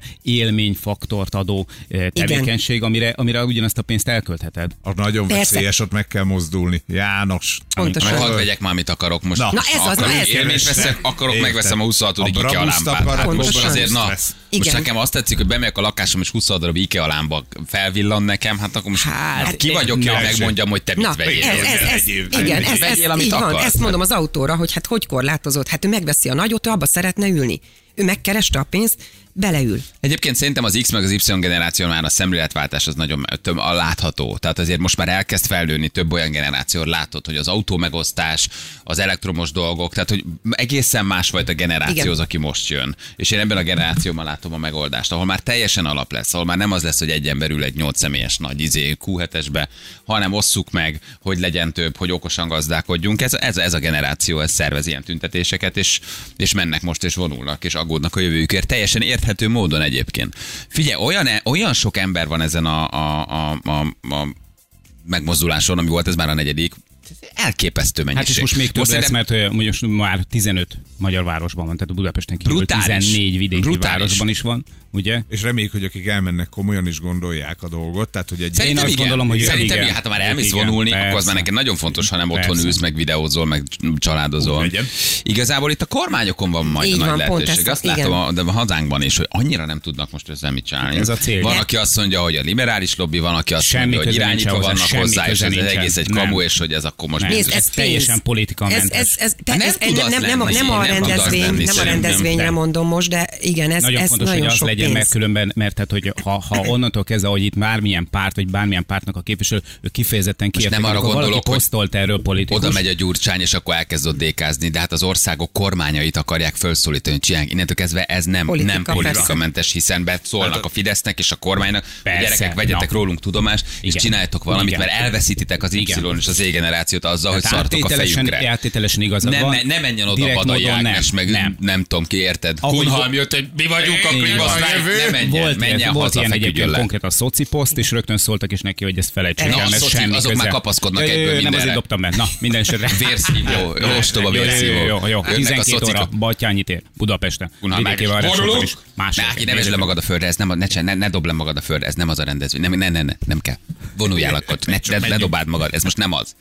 C: élményfaktort adó eh, tevékenység, amire, amire ugyanazt a pénzt elköltheted.
D: A nagyon
E: Persze.
D: veszélyes, ott meg kell mozdulni. János.
E: Pontosan.
B: Meg
D: Ö,
B: hadd vegyek már, amit akarok most.
D: Na. Na
E: ez az,
B: akarok,
E: na ez
B: Élményt
D: az.
B: veszek, akarok,
D: Érted.
B: megveszem a 26.
D: A
B: IKEA
D: Brabuszt
B: lámpát. Hát
D: akarod,
B: most
E: Pontosan.
B: azért, na,
D: Lesz.
B: most
E: Igen.
B: nekem azt tetszik, hogy bemegyek a lakásom, és 26 darab IKEA lámba felvillan nekem, hát akkor most
E: Hát,
B: hát, ki vagyok, ki,
D: na,
B: megmondjam, hogy te mit
E: Na,
B: vegyél.
E: ez,
B: érted?
E: ez, ez,
D: Vegyél,
E: igen, ez, ez,
B: Vegyél, amit
E: így van.
B: akarsz.
E: Ezt mondom az autóra, hogy hát hogy korlátozott. Hát ő megveszi a nagyot, ő abba szeretne ülni. Ő megkereste a pénzt, beleül.
B: Egyébként szerintem az X meg az Y generáció már a szemléletváltás az nagyon töm, a látható. Tehát azért most már elkezd felnőni több olyan generáció, látod, hogy az autó megosztás, az elektromos dolgok, tehát hogy egészen másfajta generáció
E: Igen.
B: az, aki most jön. És én ebben a generációban látom a megoldást, ahol már teljesen alap lesz, ahol már nem az lesz, hogy egy ember ül egy 8 személyes nagy izé Q7-esbe, hanem osszuk meg, hogy legyen több, hogy okosan gazdálkodjunk. Ez, ez, ez a generáció, ez szervez ilyen tüntetéseket, és, és mennek most, és vonulnak, és aggódnak a jövőjükért. Teljesen érthető módon egyébként. Figyelj, olyan, e, olyan sok ember van ezen a, a, a, a, a megmozduláson, ami volt, ez már a negyedik. Elképesztő mennyiség.
C: Hát és most még több lesz,
B: szerintem-
C: mert ö, mondjuk már 15 magyar városban van, tehát Budapesten kívül
B: Brutális.
C: 14 vidéki
B: Brutális.
C: városban is van, ugye?
D: És reméljük, hogy akik elmennek, komolyan is gondolják a dolgot. Tehát, hogy egy
C: Én azt gondolom, hogy
B: Szerintem
C: igen.
B: igen. Hát ha már elmész
C: Igen,
B: vonulni,
C: persze.
B: akkor az már neked nagyon fontos, ha nem otthon
C: Persze.
B: ülsz, meg videózol, meg családozol.
D: Úgy legyen.
B: Igazából itt a kormányokon van majd
E: Így
B: a nagy
E: van, pont
B: lehetőség.
E: ez-
B: Azt látom
E: igen.
B: a, de a hazánkban is, hogy annyira nem tudnak most ezzel mit csinálni.
C: Ez a cél.
B: Van,
C: Ne.
B: aki azt mondja, hogy a liberális lobby, van, aki azt
C: Semmi
B: mondja, hogy
C: köze
B: irányítva
C: nincsen hozzá,
B: vannak
C: semmi
B: hozzá, és
C: köze
B: ez az
C: nincsen.
B: egész egy
C: Nem.
B: kamu, és hogy ez akkor most
C: Nem.
B: biztos-
C: Nézd,
E: ez
C: ez teljesen
E: pénz.
C: politikamentes.
E: Ez, ez, ez,
B: Hát
E: ez,
B: nem
E: ez,
B: tud az
E: nem, nem, a-
B: lenni,
E: nem, a
B: nem tud az
E: rendezvény,
B: lenni
E: nem a
B: szerintem.
E: rendezvényre
B: Nem.
E: mondom most, de igen, ez
C: nagyon
E: ez
C: fontos,
E: nagyon
C: hogy az
E: sok
C: legyen,
E: pénz.
C: mert különben, mert tehát, hogy ha,
E: *clears throat*
C: ha onnantól kezdve, hogy itt bármilyen párt, vagy bármilyen pártnak a képviselő, ő kifejezetten kiértek,
B: nem arra
C: akkor valaki
B: gondolok, hogy
C: posztolt erről politikus.
B: Oda megy a gyurcsány, és akkor elkezd ott dékázni, de hát az országok kormányait akarják felszólítani, hogy csinálják. Innentől kezdve ez nem,
E: Politika,
B: nem
E: persze.
B: politikamentes, hiszen beszólnak a Fidesznek és a kormánynak,
C: Hát Persze,
B: hogy gyerekek, vegyetek
C: na.
B: rólunk tudomást, és
C: Igen.
B: csináljatok valamit,
C: Igen.
B: mert elveszítitek az Y
C: Igen.
B: és az Z generációt azzal, hogy
C: Tehát
B: szartok a
C: áttételesen-
B: fejükre.
C: Áttételesen igazad
B: Nem,
C: van.
B: ne, ne menjen oda
C: Direkt
B: Bada
C: módon
B: Jágnes,
C: nem,
B: meg nem.
C: nem.
B: nem tudom ki, érted?
C: Ahogy
B: Kunhalm
C: vo-
B: jött, hogy mi vagyunk a
C: Igen.
B: klímasztrák, ne menjen,
C: volt
B: menjen
C: ilyen, volt
B: haza,
C: ilyen
B: feküdjön
C: egyébként
B: le.
C: konkrét a szoci poszt, és rögtön szóltak is neki, hogy ezt felejtsük
B: Na,
C: el,
B: a
C: mert
B: szoci-
C: semmi
B: azok már
C: köze.
B: kapaszkodnak
C: Ö,
B: egyből
C: Nem,
B: mindenre.
C: azért dobtam be. Na, minden
B: *laughs*
C: esetre.
B: Vérszívó, ostoba
C: Jó, jó,
B: vérszívó.
C: jó, jó, jó.
B: Jönnek a
C: 12
B: szocikok.
C: óra, Batyányi tér, Budapesten.
B: Kunhal
C: Vidéki
B: Mágnes.
C: városok
B: Borulunk?
C: is.
B: Ne,
C: Mások.
B: Ági, ne vezd le magad a földre, ez nem, a- ne, csinál- ne, ne dob le magad a földre, ez nem az a rendezvény. Nem, ne, ne, ne, nem kell. Vonuljál akkor, ne, ne, ne dobáld magad, ez most nem az.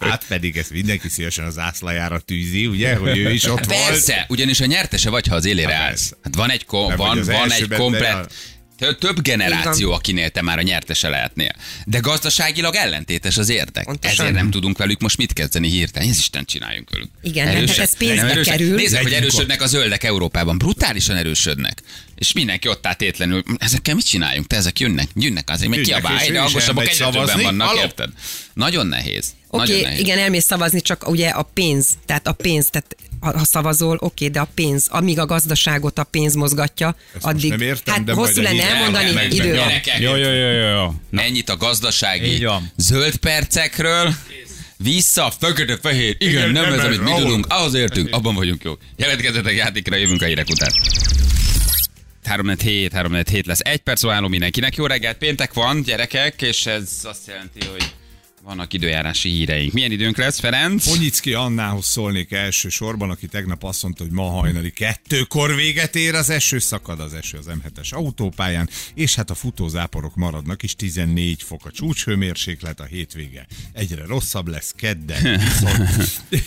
D: hát pedig ezt mindenki szívesen az ászlajára tűzi, ugye, hogy ő is ott volt.
B: Persze, ugyanis a nyertese vagy, ha az élére
D: Hát
B: állsz.
D: persze.
B: Hát van egy, kom,
D: Nem vagy
B: van,
D: az
B: van egy
D: elsőben, de a-
B: komplet, tö- több
E: Így
B: generáció, akinél te már a nyertese lehetnél. De gazdaságilag ellentétes az érdek.
E: Pontosan.
B: Ezért nem tudunk velük most mit kezdeni hirtelen. Ez Isten csináljunk velük.
E: Igen, hát
B: Erősek?
E: ez pénzbe
B: Nem erősek?
E: kerül.
B: Nézzük, hogy
D: Legyünk
B: erősödnek a zöldek Európában. Brutálisan erősödnek. És mindenki ott áll tétlenül. Ezekkel mit csináljunk? Te ezek jönnek, jönnek azért, meg
D: Jönnek,
B: kiabál,
D: és ő
B: egyre
D: is
B: hangosabbak,
D: elmegy
B: egyre többen
D: szavazni.
B: vannak,
D: Haló?
B: érted? Nagyon nehéz.
E: Oké,
B: Nagyon
E: okay,
B: nehéz.
E: igen, elmész szavazni, csak ugye a pénz, tehát a pénz, tehát ha, ha szavazol, oké, okay, de a pénz, amíg a gazdaságot a pénz mozgatja,
D: Ezt most
E: addig,
D: nem értem,
E: hát
D: de majd
E: hosszú
D: egy
E: lenne
D: hír
E: elmondani,
D: elmegy,
E: idő van.
B: Gyerekek,
C: Jó, jó, jó, jó, jó.
B: Na. Ennyit a gazdasági
C: Így van.
B: zöld percekről. Vissza, fekete, fehér. Igen, Igen nem, ez, amit mi tudunk. Ahhoz értünk, abban vagyunk jók. Jelentkezzetek játékra, jövünk a hírek után. 347, 347 lesz. Egy perc váló mindenkinek. Jó reggelt, péntek van, gyerekek, és ez azt jelenti, hogy vannak időjárási híreink. Milyen időnk lesz, Ferenc?
D: Onyicki Annához szólnék elsősorban, aki tegnap azt mondta, hogy ma hajnali kettőkor véget ér az eső, szakad az eső az M7-es autópályán, és hát a futózáporok maradnak is, 14 fok a csúcshőmérséklet, a hétvége egyre rosszabb lesz, kedden viszont,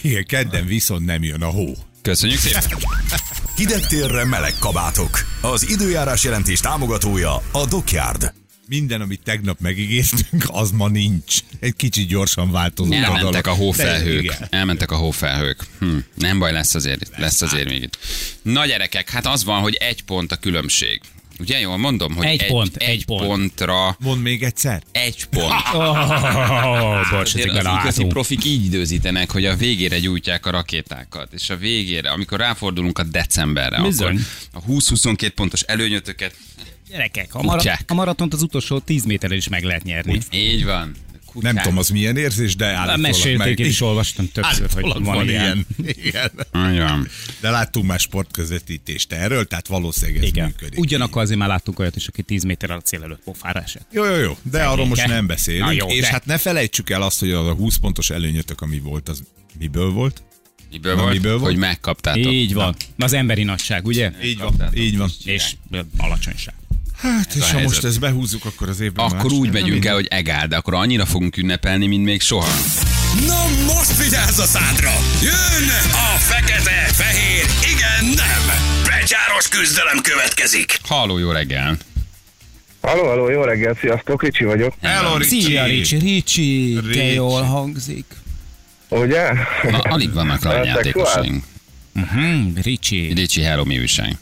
D: igen, kedden viszont nem jön a hó.
B: Köszönjük szépen.
F: Hideg térre meleg kabátok. Az időjárás jelentés támogatója a Dockyard.
D: Minden, amit tegnap megígértünk, az ma nincs. Egy kicsit gyorsan változott a dolog.
B: Elmentek a
D: De
B: hófelhők.
D: igen.
B: Elmentek a hófelhők. Hm. Nem baj, lesz azért, lesz azért még itt. Na gyerekek, hát az van, hogy egy pont a különbség. Ugye jól mondom, hogy
C: Egy pont,
B: egy,
C: egy pont.
B: pontra,
D: Mondd még egyszer.
B: egy pont.
C: Oh, bocs,
B: Azért
C: ezek
B: az
C: a
B: igazi
C: hátunk.
B: profik így időzítenek, hogy a végére gyújtják a rakétákat, és a végére, amikor ráfordulunk a decemberre, akkor
C: Bizony.
B: a 20-22 pontos előnyötöket,
C: Gyerekek, a,
B: Kutyák.
C: mara- a maratont az utolsó 10 méterrel is meg lehet nyerni. Hát
B: így van.
D: Nem
B: Kutyák.
D: tudom, az milyen érzés, de állítólag
C: Mesélték,
D: meg.
C: én is olvastam többször, hogy
D: Állítólag
C: van, ilyen.
D: *laughs* ilyen.
B: Így van.
D: De láttunk már sportközvetítést erről, tehát valószínűleg ez
C: Igen.
D: működik.
C: Ugyanakkor azért már láttunk olyat is, aki 10 méterrel a cél előtt pofára esett.
D: Jó, jó, jó, de arról most nem
C: Na
D: beszélünk.
C: jó,
D: és
C: de.
D: hát ne felejtsük el azt, hogy az a 20 pontos előnyötök, ami volt, az miből volt?
B: Miből
D: Na,
B: volt?
D: miből volt?
B: Hogy megkaptátok.
C: Így van. Az emberi nagyság, ugye?
D: Így van, így van.
C: És ö, alacsonyság.
D: Hát, és ha
B: helyzet.
D: most ezt behúzzuk, akkor az évben
B: Akkor
D: más
B: úgy
D: nem.
B: megyünk el, hogy egál, de akkor annyira fogunk ünnepelni, mint még soha.
A: Na most vigyázz a szádra! Jön a fekete, fehér, igen, nem! Becsáros küzdelem következik!
B: Halló, jó reggel!
G: Halló, halló, jó reggel, sziasztok, Ricsi vagyok.
D: Hello, Ricsi!
C: Szia, Ricsi, Ricsi, te
D: Ricsi.
C: jól hangzik.
G: Ugye?
B: Na, alig vannak
G: Szexuál?
B: lányjátékosaink.
C: Mhm, Ricsi.
B: Ricsi, hello, mi újság?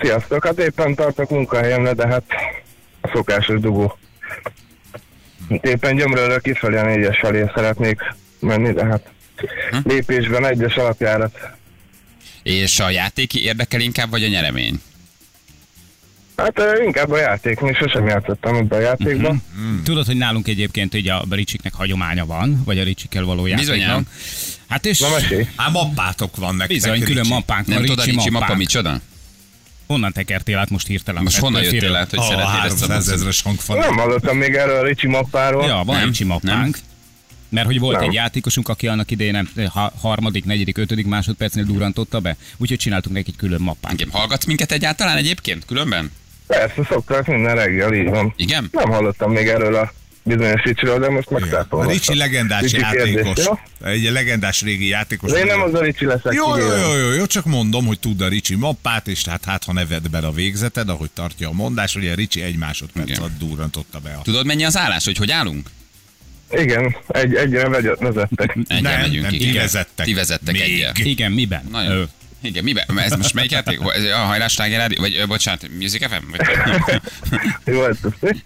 G: Sziasztok, hát éppen tartok munkahelyemre, de hát a szokásos dugó. Itt Éppen gyömrölök kifelé a négyes felé szeretnék menni, de hát lépésben egyes alapjárat.
B: És a játéki érdekel inkább, vagy a nyeremény?
G: Hát ö, inkább a játék, még sosem játszottam ebbe a játékba.
C: Tudod, hogy nálunk egyébként ugye a Ricsiknek hagyománya van, vagy a Ricsikkel való
B: Bizonyám.
C: játéknak. Hát és
G: Na mesélj.
D: Ám mappátok van nektek.
C: bizony, külön
D: Ricsi.
C: mappánk
B: Nem
C: van,
B: tudod, a Ricsi mappa
C: mappánk.
B: micsoda?
C: Honnan tekertél át most hirtelen?
B: Most honnan
C: Ettől
B: jöttél
C: félre-
B: át, hogy
D: Ah, a
B: szeretnéd ezt a
D: 300
B: mappa?
D: ezeres hangfal.
G: Nem hallottam még erről a Ricsi mappáról.
C: Ja, van
B: Nem,
C: egy csimappánk. Mert hogy volt
G: Nem.
C: egy játékosunk, aki annak idején nem, eh, ha, harmadik, negyedik, ötödik másodpercnél durrantotta be, úgyhogy csináltunk neki egy külön mappát.
B: Igen, hallgatsz minket egyáltalán egyébként? Különben?
G: Persze, szoktak minden reggel, így van.
B: Igen?
G: Nem hallottam még erről a bizonyos Ricsiről, de most
D: A
G: megszápolom.
D: Ricsi legendás Ricsi játékos.
G: Kérdés, jó?
D: Egy legendás régi játékos.
G: De én nem az a Ricsi leszek.
D: Jó, jó,
G: ígérem.
D: jó, jó, jó, csak mondom, hogy tud a Ricsi mappát, és hát, hát ha ne vedd bele a végzeted, ahogy tartja a mondás, ugye Ricsi egy másodperc
B: Igen.
D: alatt durrantotta be a...
B: Tudod, mennyi az állás, hogy hogy állunk?
G: Igen, egy, egyre vegy- vezettek. *laughs*
B: Egyel
D: Nem,
B: megyünk,
D: nem, ti
B: igen.
D: vezettek.
B: Ti vezettek
D: Még.
B: egyel.
C: Igen, miben?
B: Nagyon.
C: Ö,
B: Igen, miben? Ez most melyik játék? Ho- Ez a hajlástági rádió? Vagy, ö, bocsánat, Music FM? Vagy, *laughs*
G: Jó, ez *laughs* teszi.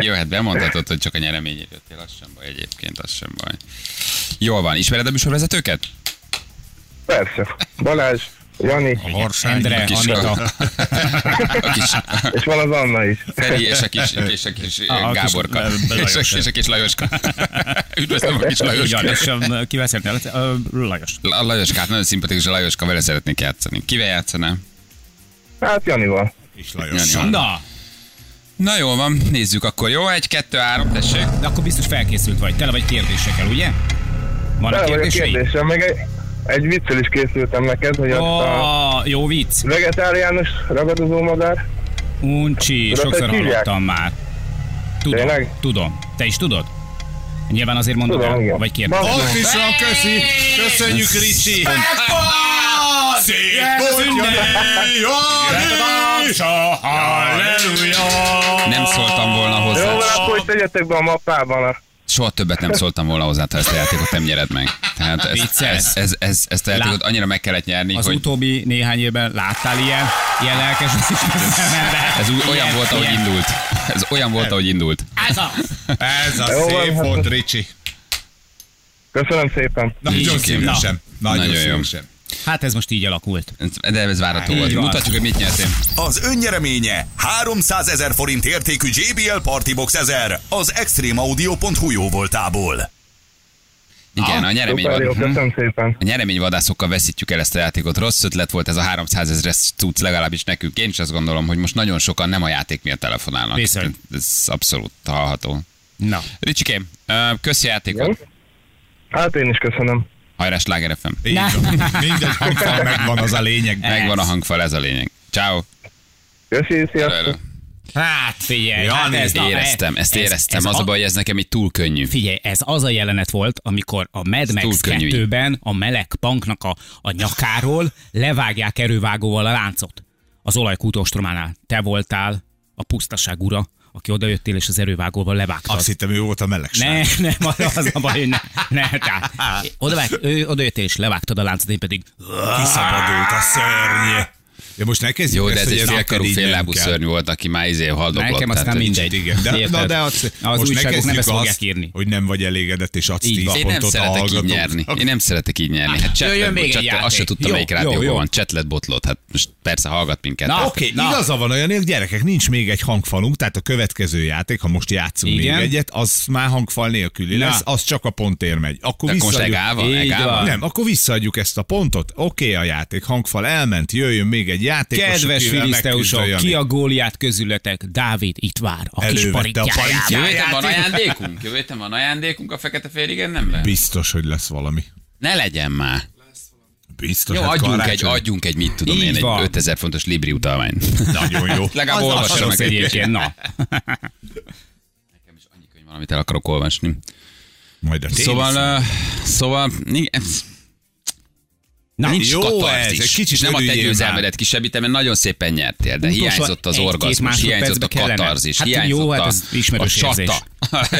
B: jó, hát bemondhatod, hogy csak a nyereményért jöttél, az sem baj egyébként, az sem baj. Jól van, ismered a műsorvezetőket?
G: Persze. Balázs, Jani,
D: A harsány.
C: Endre,
B: A kis-
C: Anita,
B: A kis
G: és van az Anna is.
B: Feri és a kis, és a kis
C: A- a kis-
B: Gáborka.
C: Be- Be-
B: *laughs* És a, és a kis Lajoska. Üdvözlöm a kis
C: igen,
B: Lajoska.
C: és ö, ki beszéltél? Ö, Lajos.
B: A Lajoskát nagyon szimpatikus, a Lajoska vele szeretnék játszani. Kivel játszanám?
G: Hát Janival.
D: És Lajos.
B: Jani.
C: Na,
B: Na jó van, nézzük akkor. Jó, egy, kettő, három, tessék.
C: de akkor biztos felkészült vagy, tele vagy kérdésekkel, ugye? Van a
G: Tele vagy a
C: kérdéseid?
G: kérdésem, még egy, egy viccel is készültem neked, hogy azt a
C: Ó, jó vicc.
G: vegetáriánus ragadozó madár.
C: Uncsi,
G: Tudod,
C: sokszor
G: hogy hívják?
C: hallottam már. Tudom,
G: Tényleg?
C: tudom. Te is tudod? Nyilván azért mondod
G: Tudom,
C: el,
G: igen.
C: vagy kérdez.
G: Van.
D: Ott is van, köszi! Köszönjük, Ricsi! Szép
B: Nem szóltam volna
G: Jó,
B: hozzá.
G: van,
D: hát-
G: akkor hogy tegyetek be a mappában a...
B: Soha többet nem szóltam volna hozzá, ha ezt a játékot nem nyered meg. Tehát ezt,
C: Vicces.
B: ezt, ez, ez, ezt a játékot annyira meg kellett nyerni,
C: Az
B: hogy
C: utóbbi néhány évben láttál ilyen, ilyen lelkes
B: ez úgy, olyan volt, ahogy indult. Ez olyan volt, ahogy indult.
D: Hát,
C: Ez az.
D: Ez a
G: Jó van,
D: szép
G: hát-
D: volt, Ricsi.
G: Köszönöm szépen.
D: Nagyon
B: Ricsikém.
D: szívesen. Nagyon
B: Nagyon jó.
D: szívesen.
C: Hát ez most így alakult.
B: De ez várható volt.
C: Így van.
B: Mutatjuk, hogy mit nyertél.
F: Az önnyereménye 300 ezer forint értékű JBL Partybox 1000 az extremaudio.hu jó voltából.
B: Igen, a nyeremény
G: Szuper, jó,
D: Mhm.
B: van.
G: köszönöm szépen.
B: A nyereményvadászokkal veszítjük el ezt a játékot. Rossz ötlet volt ez a 300 ezres cucc legalábbis nekünk. Én is azt gondolom, hogy most nagyon sokan nem a játék miatt telefonálnak.
C: Bizony.
B: Ez abszolút hallható.
C: Na,
B: Ricsikém, ö, köszi a játékot.
G: Igen. Hát én is köszönöm.
B: Hajrá, Sláger FM.
D: Így van. Mindegy hangfal megvan, az a lényeg.
B: Megvan a hangfal, ez a lényeg. Ciao.
G: Köszi, sziasztok.
B: Hello.
C: *laughs* hát figyelj.
D: Ja,
C: hát
D: nézd,
C: na,
B: Éreztem, ezt éreztem. Az a baj, ez nekem így túl könnyű.
C: Figyelj, ez az a jelenet volt, amikor a Mad Max
B: túl könnyű így.
C: 2-ben a meleg panknak a, a nyakáról levágják erővágóval a láncot. Az olajkút ostrománál. Te voltál a pusztaság ura, aki odajöttél és az erővágóval levágtad.
D: Azt hittem, ő volt a melegság.
C: Ne, nem, az az a baj, hogy ne, ne, tehát oda, vág, ő, oda jöttél és levágtad a láncot, én pedig
D: Kiszabadult a szörny. Ja, most ne kezdjük
B: Jó, de ez
D: ezt, hogy
B: egy
D: neked
B: félkarú
D: így nem
B: féllábú
D: kell.
B: szörny volt, aki már izé haldoklott.
C: nekem aztán
B: tehát, hogy-
C: mindegy.
D: Igen, de,
C: Érted?
D: na, de az,
C: az
D: most ne
C: újságok nem
D: kezdjük
C: ezt
D: azt,
C: fogják írni.
D: hogy nem vagy elégedett, és adsz
C: Így
D: 10
C: van.
B: Én nem
D: pontot a
B: szeretek így
D: hallgatóknak.
B: nyerni. Én nem szeretek így nyerni. Hát
C: Jöjjön
B: csetlet,
C: még egy
B: csetlet, azt se
C: játék.
B: tudtam,
C: Jó,
B: melyik
C: jó,
B: rádióban
C: jó.
B: van. Csetlet botlott, hát most persze hallgat minket.
C: Na,
B: Tehát-
D: Oké,
C: Na.
D: okay, igaza van olyan, hogy gyerekek, nincs még egy hangfalunk, tehát a következő játék, ha most játszunk
C: Igen.
D: még egyet, az már hangfal nélküli
C: Na.
D: lesz, az csak a pontért megy. Akkor
B: De akkor most
D: visszaadjuk-
B: egál van,
C: Így
B: egál van.
C: van.
D: Nem, akkor visszaadjuk ezt a pontot. Oké okay, a játék, hangfal elment, jöjjön még egy játékos.
C: Kedves
D: akivel
C: filiszteusok,
D: megküzdöljön.
C: ki a góliát közületek? Dávid itt vár, a kis
D: Elővette a
C: paritjáját.
D: paritját.
B: Jövő héten hát van
D: Játék.
B: ajándékunk? Jövő héten van ajándékunk a fekete féligen, nem lehet?
D: Biztos, hogy lesz valami.
B: Ne legyen már.
D: Biztos,
B: Jó,
D: hát
B: adjunk egy,
D: karácsony.
B: adjunk egy, mit tudom
C: Így
B: én, egy
C: van.
B: 5000 fontos libri utalmányt. *laughs*
D: Nagyon jó.
B: Legalább
D: Az- az
B: olvasom
D: az
B: meg egyébként.
C: egyébként. Na,
B: Nekem is annyi könyv van, amit el akarok olvasni.
D: Majd a eh,
B: Szóval, uh, szóval, igen,
C: Na,
B: nincs
D: jó
B: katarzis.
D: ez, egy kicsit
B: És nem a te
D: örüljél már.
B: győzelmedet kisebbítem, mert nagyon szépen nyertél, de
C: Utolsó
B: hiányzott az
C: egy-két
B: orgazmus,
C: másodpercbe
B: hiányzott a
C: kellene.
B: katarzis,
C: Hát jó,
B: hiányzott
C: hát
B: a,
C: ez ismerős
B: a csata.
C: érzés.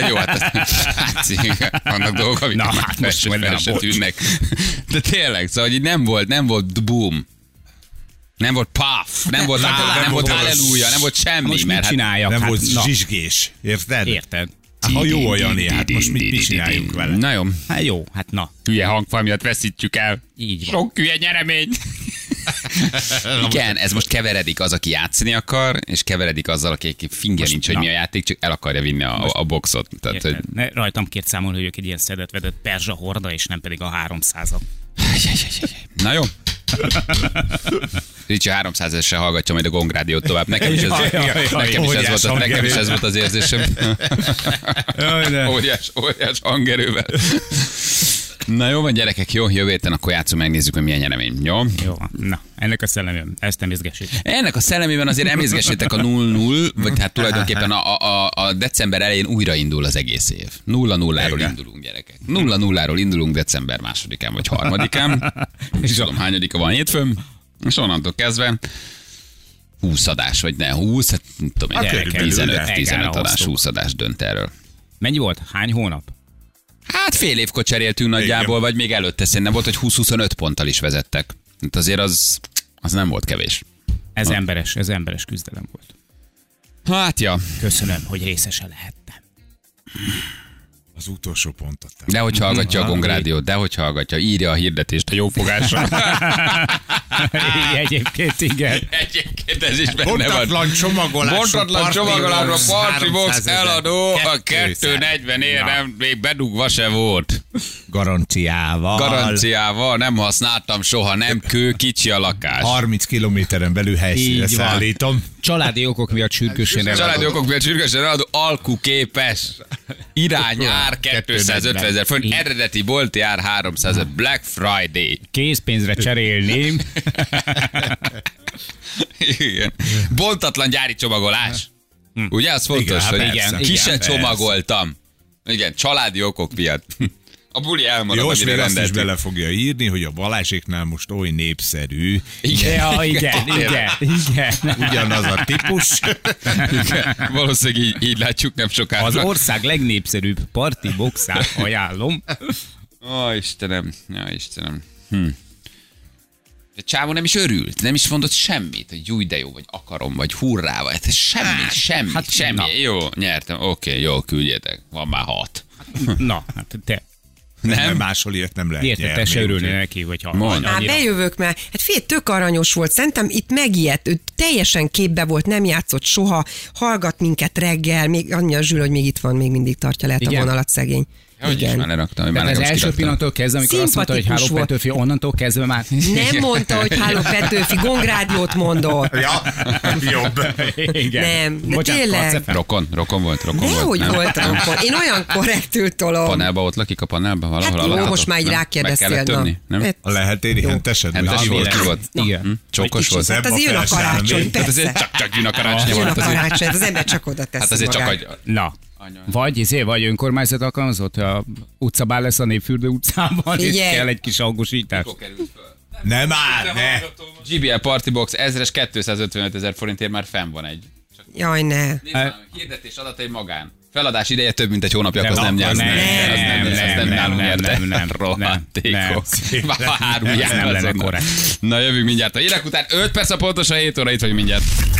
B: *laughs* jó, hát ez, hát igen, vannak dolgok, amik
C: Na,
B: már
C: hát
B: fel
C: most
B: se-
C: már
B: fel se
C: bocs.
B: tűnnek. De tényleg, szóval hogy így nem volt, nem volt boom. Nem volt paf, nem volt látolá, nem volt halleluja, nem volt semmi.
C: Most mit
B: mert hát-
C: csináljak?
D: Nem
C: hát,
D: volt
C: na,
D: zsizsgés, érted?
C: Érted?
D: Ha jó olyan, hát most mit, mit csináljunk vele?
B: Na jó,
C: Hát jó, hát na.
B: hülye hangfal miatt veszítjük el.
C: Így van.
B: Sok hülye nyeremény. *laughs* Igen, ez most keveredik az, aki játszani akar, és keveredik azzal, aki egy finger nincs, hogy
C: na.
B: mi a játék, csak el akarja vinni a, a boxot. Tehát, hogy...
C: Érted? Ne, rajtam két számol, hogy ők egy ilyen szedet vedett perzsa horda, és nem pedig a 300
B: *laughs* Na jó. Ricsi 300 esre hallgatja majd a gongrádiót tovább. Nekem is ez,
C: Jaj, jaj, jaj,
B: nekem is ez, volt, a,
D: óriás
B: nekem is ez
D: hangerő.
B: volt az *laughs* érzésem.
D: Jaj, de.
B: Óriás, óriás hangerővel. Na jó van, gyerekek, jó, jövő héten akkor játszunk, megnézzük, hogy milyen nyeremény. Jó?
C: Jó, van. na, ennek a szellemem, ezt nem izgessük.
B: Ennek a szellemében azért emlékezgessétek a 0-0, vagy hát tulajdonképpen a, a, a- a december elején újraindul az egész év. 0-0-ról indulunk, gyerekek. 0-0-ról indulunk december másodikán vagy
D: *laughs*
B: harmadikán. És tudom, hányadika van hétfőn, és onnantól kezdve 20 adás, vagy ne 20, hát nem tudom én,
D: Hát
B: gyerekek,
D: körülbelül,
B: 15,
C: de.
B: 15 adás,
C: Elhoztuk.
B: 20 adás dönt erről.
C: Mennyi volt? Hány hónap?
B: Hát fél évkor cseréltünk nagyjából, vagy még előtte szerintem volt, hogy 20-25 ponttal is vezettek. Hát azért az, az nem volt kevés.
C: Ez emberes, ez emberes küzdelem volt.
B: Hát ja,
C: Köszönöm, hogy részese *laughs* lehettem.
D: Az utolsó pontot. te.
B: De hogy hallgatja a gongrádiót, de hogy hallgatja, írja a hirdetést a jófogásra.
C: Így Egyébként igen.
B: Egyébként ez is benne van.
D: Bontatlan csomagolás.
B: Bontatlan csomagolásra Party Box eladó a 240 ér, nem, még bedugva se volt.
D: Garanciával.
B: Garanciával nem használtam soha, nem kő, kicsi a lakás.
D: 30 kilométeren belül helyszínre
C: Így van.
D: szállítom.
C: Családi okok miatt sürgősen
B: A
C: eladott.
B: családi okok miatt sürgősen eladó alkuképes. Irány ár 250 ezer fön, eredeti bolti ár 300 ezer, Black Friday.
C: Készpénzre cserélném.
B: Igen. Bontatlan gyári csomagolás. Ugye, az fontos,
D: Igen, hát
B: hogy
D: persze.
B: ki se
D: Igen, persze.
B: csomagoltam. Igen, családi okok miatt. A buli elmarad,
D: Jó, és
B: amire
D: még azt is
B: rendeltünk.
D: bele fogja írni, hogy a Balázséknál most oly népszerű,
B: Igen.
C: Ja, *laughs* igen, igen, igen.
D: ugyanaz a típus.
B: Igen. Valószínűleg így, így látjuk nem sokára.
C: Az ország legnépszerűbb parti boxát ajánlom.
B: Ó, Istenem, ja, Istenem. Hm. De Csávó nem is örült, nem is mondott semmit, hogy új de jó, vagy akarom, vagy hurrá, vagy hát semmi, semmi, hát,
C: hát
B: semmi.
C: na.
B: Jó, nyertem, oké, jó, küldjetek, van már hat.
C: Na, hát te,
D: Nem? Máshol ilyet nem lehet
C: érted, te
D: nyerni,
C: se örülni
D: úgyhogy-
C: neki, hogyha
B: Mondd.
E: Á,
C: annyira-
E: bejövök már. Hát fél tök aranyos volt. Szerintem itt megijedt. Ő teljesen képbe volt, nem játszott soha. Hallgat minket reggel. Még annyi a zsül, hogy még itt van, még mindig tartja lehet
C: Igen.
E: a vonalat szegény.
B: Hogy is már leraktam, hogy már
C: Hát Tehát az
B: nekem is
C: első
B: kiraktam.
C: pillanattól kezdve, amikor azt mondta, hogy
E: Szimpatikus
C: Háló
E: volt.
C: Petőfi, onnantól kezdve már...
E: Nem mondta, hogy háló Petőfi, gongrádiót mondott.
D: Ja, *laughs*
C: *laughs*
D: jobb.
C: Igen.
E: Nem, de
C: Bocsánat,
E: tényleg.
C: Karcef,
B: Rokon, rokon volt, rokon volt.
E: Dehogy
B: nem?
E: volt rokon. Én olyan korrektül tolom.
B: Panelba ott lakik a panelba valahol.
E: Hát jó,
B: alatatok?
E: most már így
B: Nem? Meg
E: rákérdeztél.
B: kellett
E: na.
B: törni, nem?
E: Hát,
D: Lehet érni hentesed?
B: Hát
D: vagy
B: az volt,
D: ki
B: ki volt.
C: Igen.
B: Hm? Csókos
E: kicsit,
B: volt.
E: Hát az jön a
D: Szebb a
E: karácsony,
D: felszállni.
B: Hát azért
E: persze.
B: csak, csak jön a karácsony
E: Jön a
B: volt. azért-
E: karácsony, az ember csak oda teszi
B: Hát azért csak
E: magát.
B: hogy
C: Na, vagy izé, vagy önkormányzat alkalmazott, a utcabál lesz a Népfürdő utcában, és
E: Figyelj.
C: kell egy kis hangosítás.
D: Nem már, Hát ne.
B: GBL Party Box 1000-es 255 ezer forintért már fenn van egy.
E: Jaj, ne.
B: Nézd már, hirdetés adatai magán. Feladás ideje több, mint egy hónapja, akkor az
C: Nem,
B: nem nyert.
C: az nem,
B: az
C: nem,
B: az
C: nem,
B: nem,
C: nem,
B: nálunk
C: nem,
B: nyert.
C: nem, nem,
B: Rohadtékok.
D: nem.
B: Már Három
C: Ez
B: jár
C: nem lenne
B: azonnal.
C: korrekt.
B: Na jövünk mindjárt. A hírek után 5 perc a pontosan 7 óra itt vagyunk mindjárt.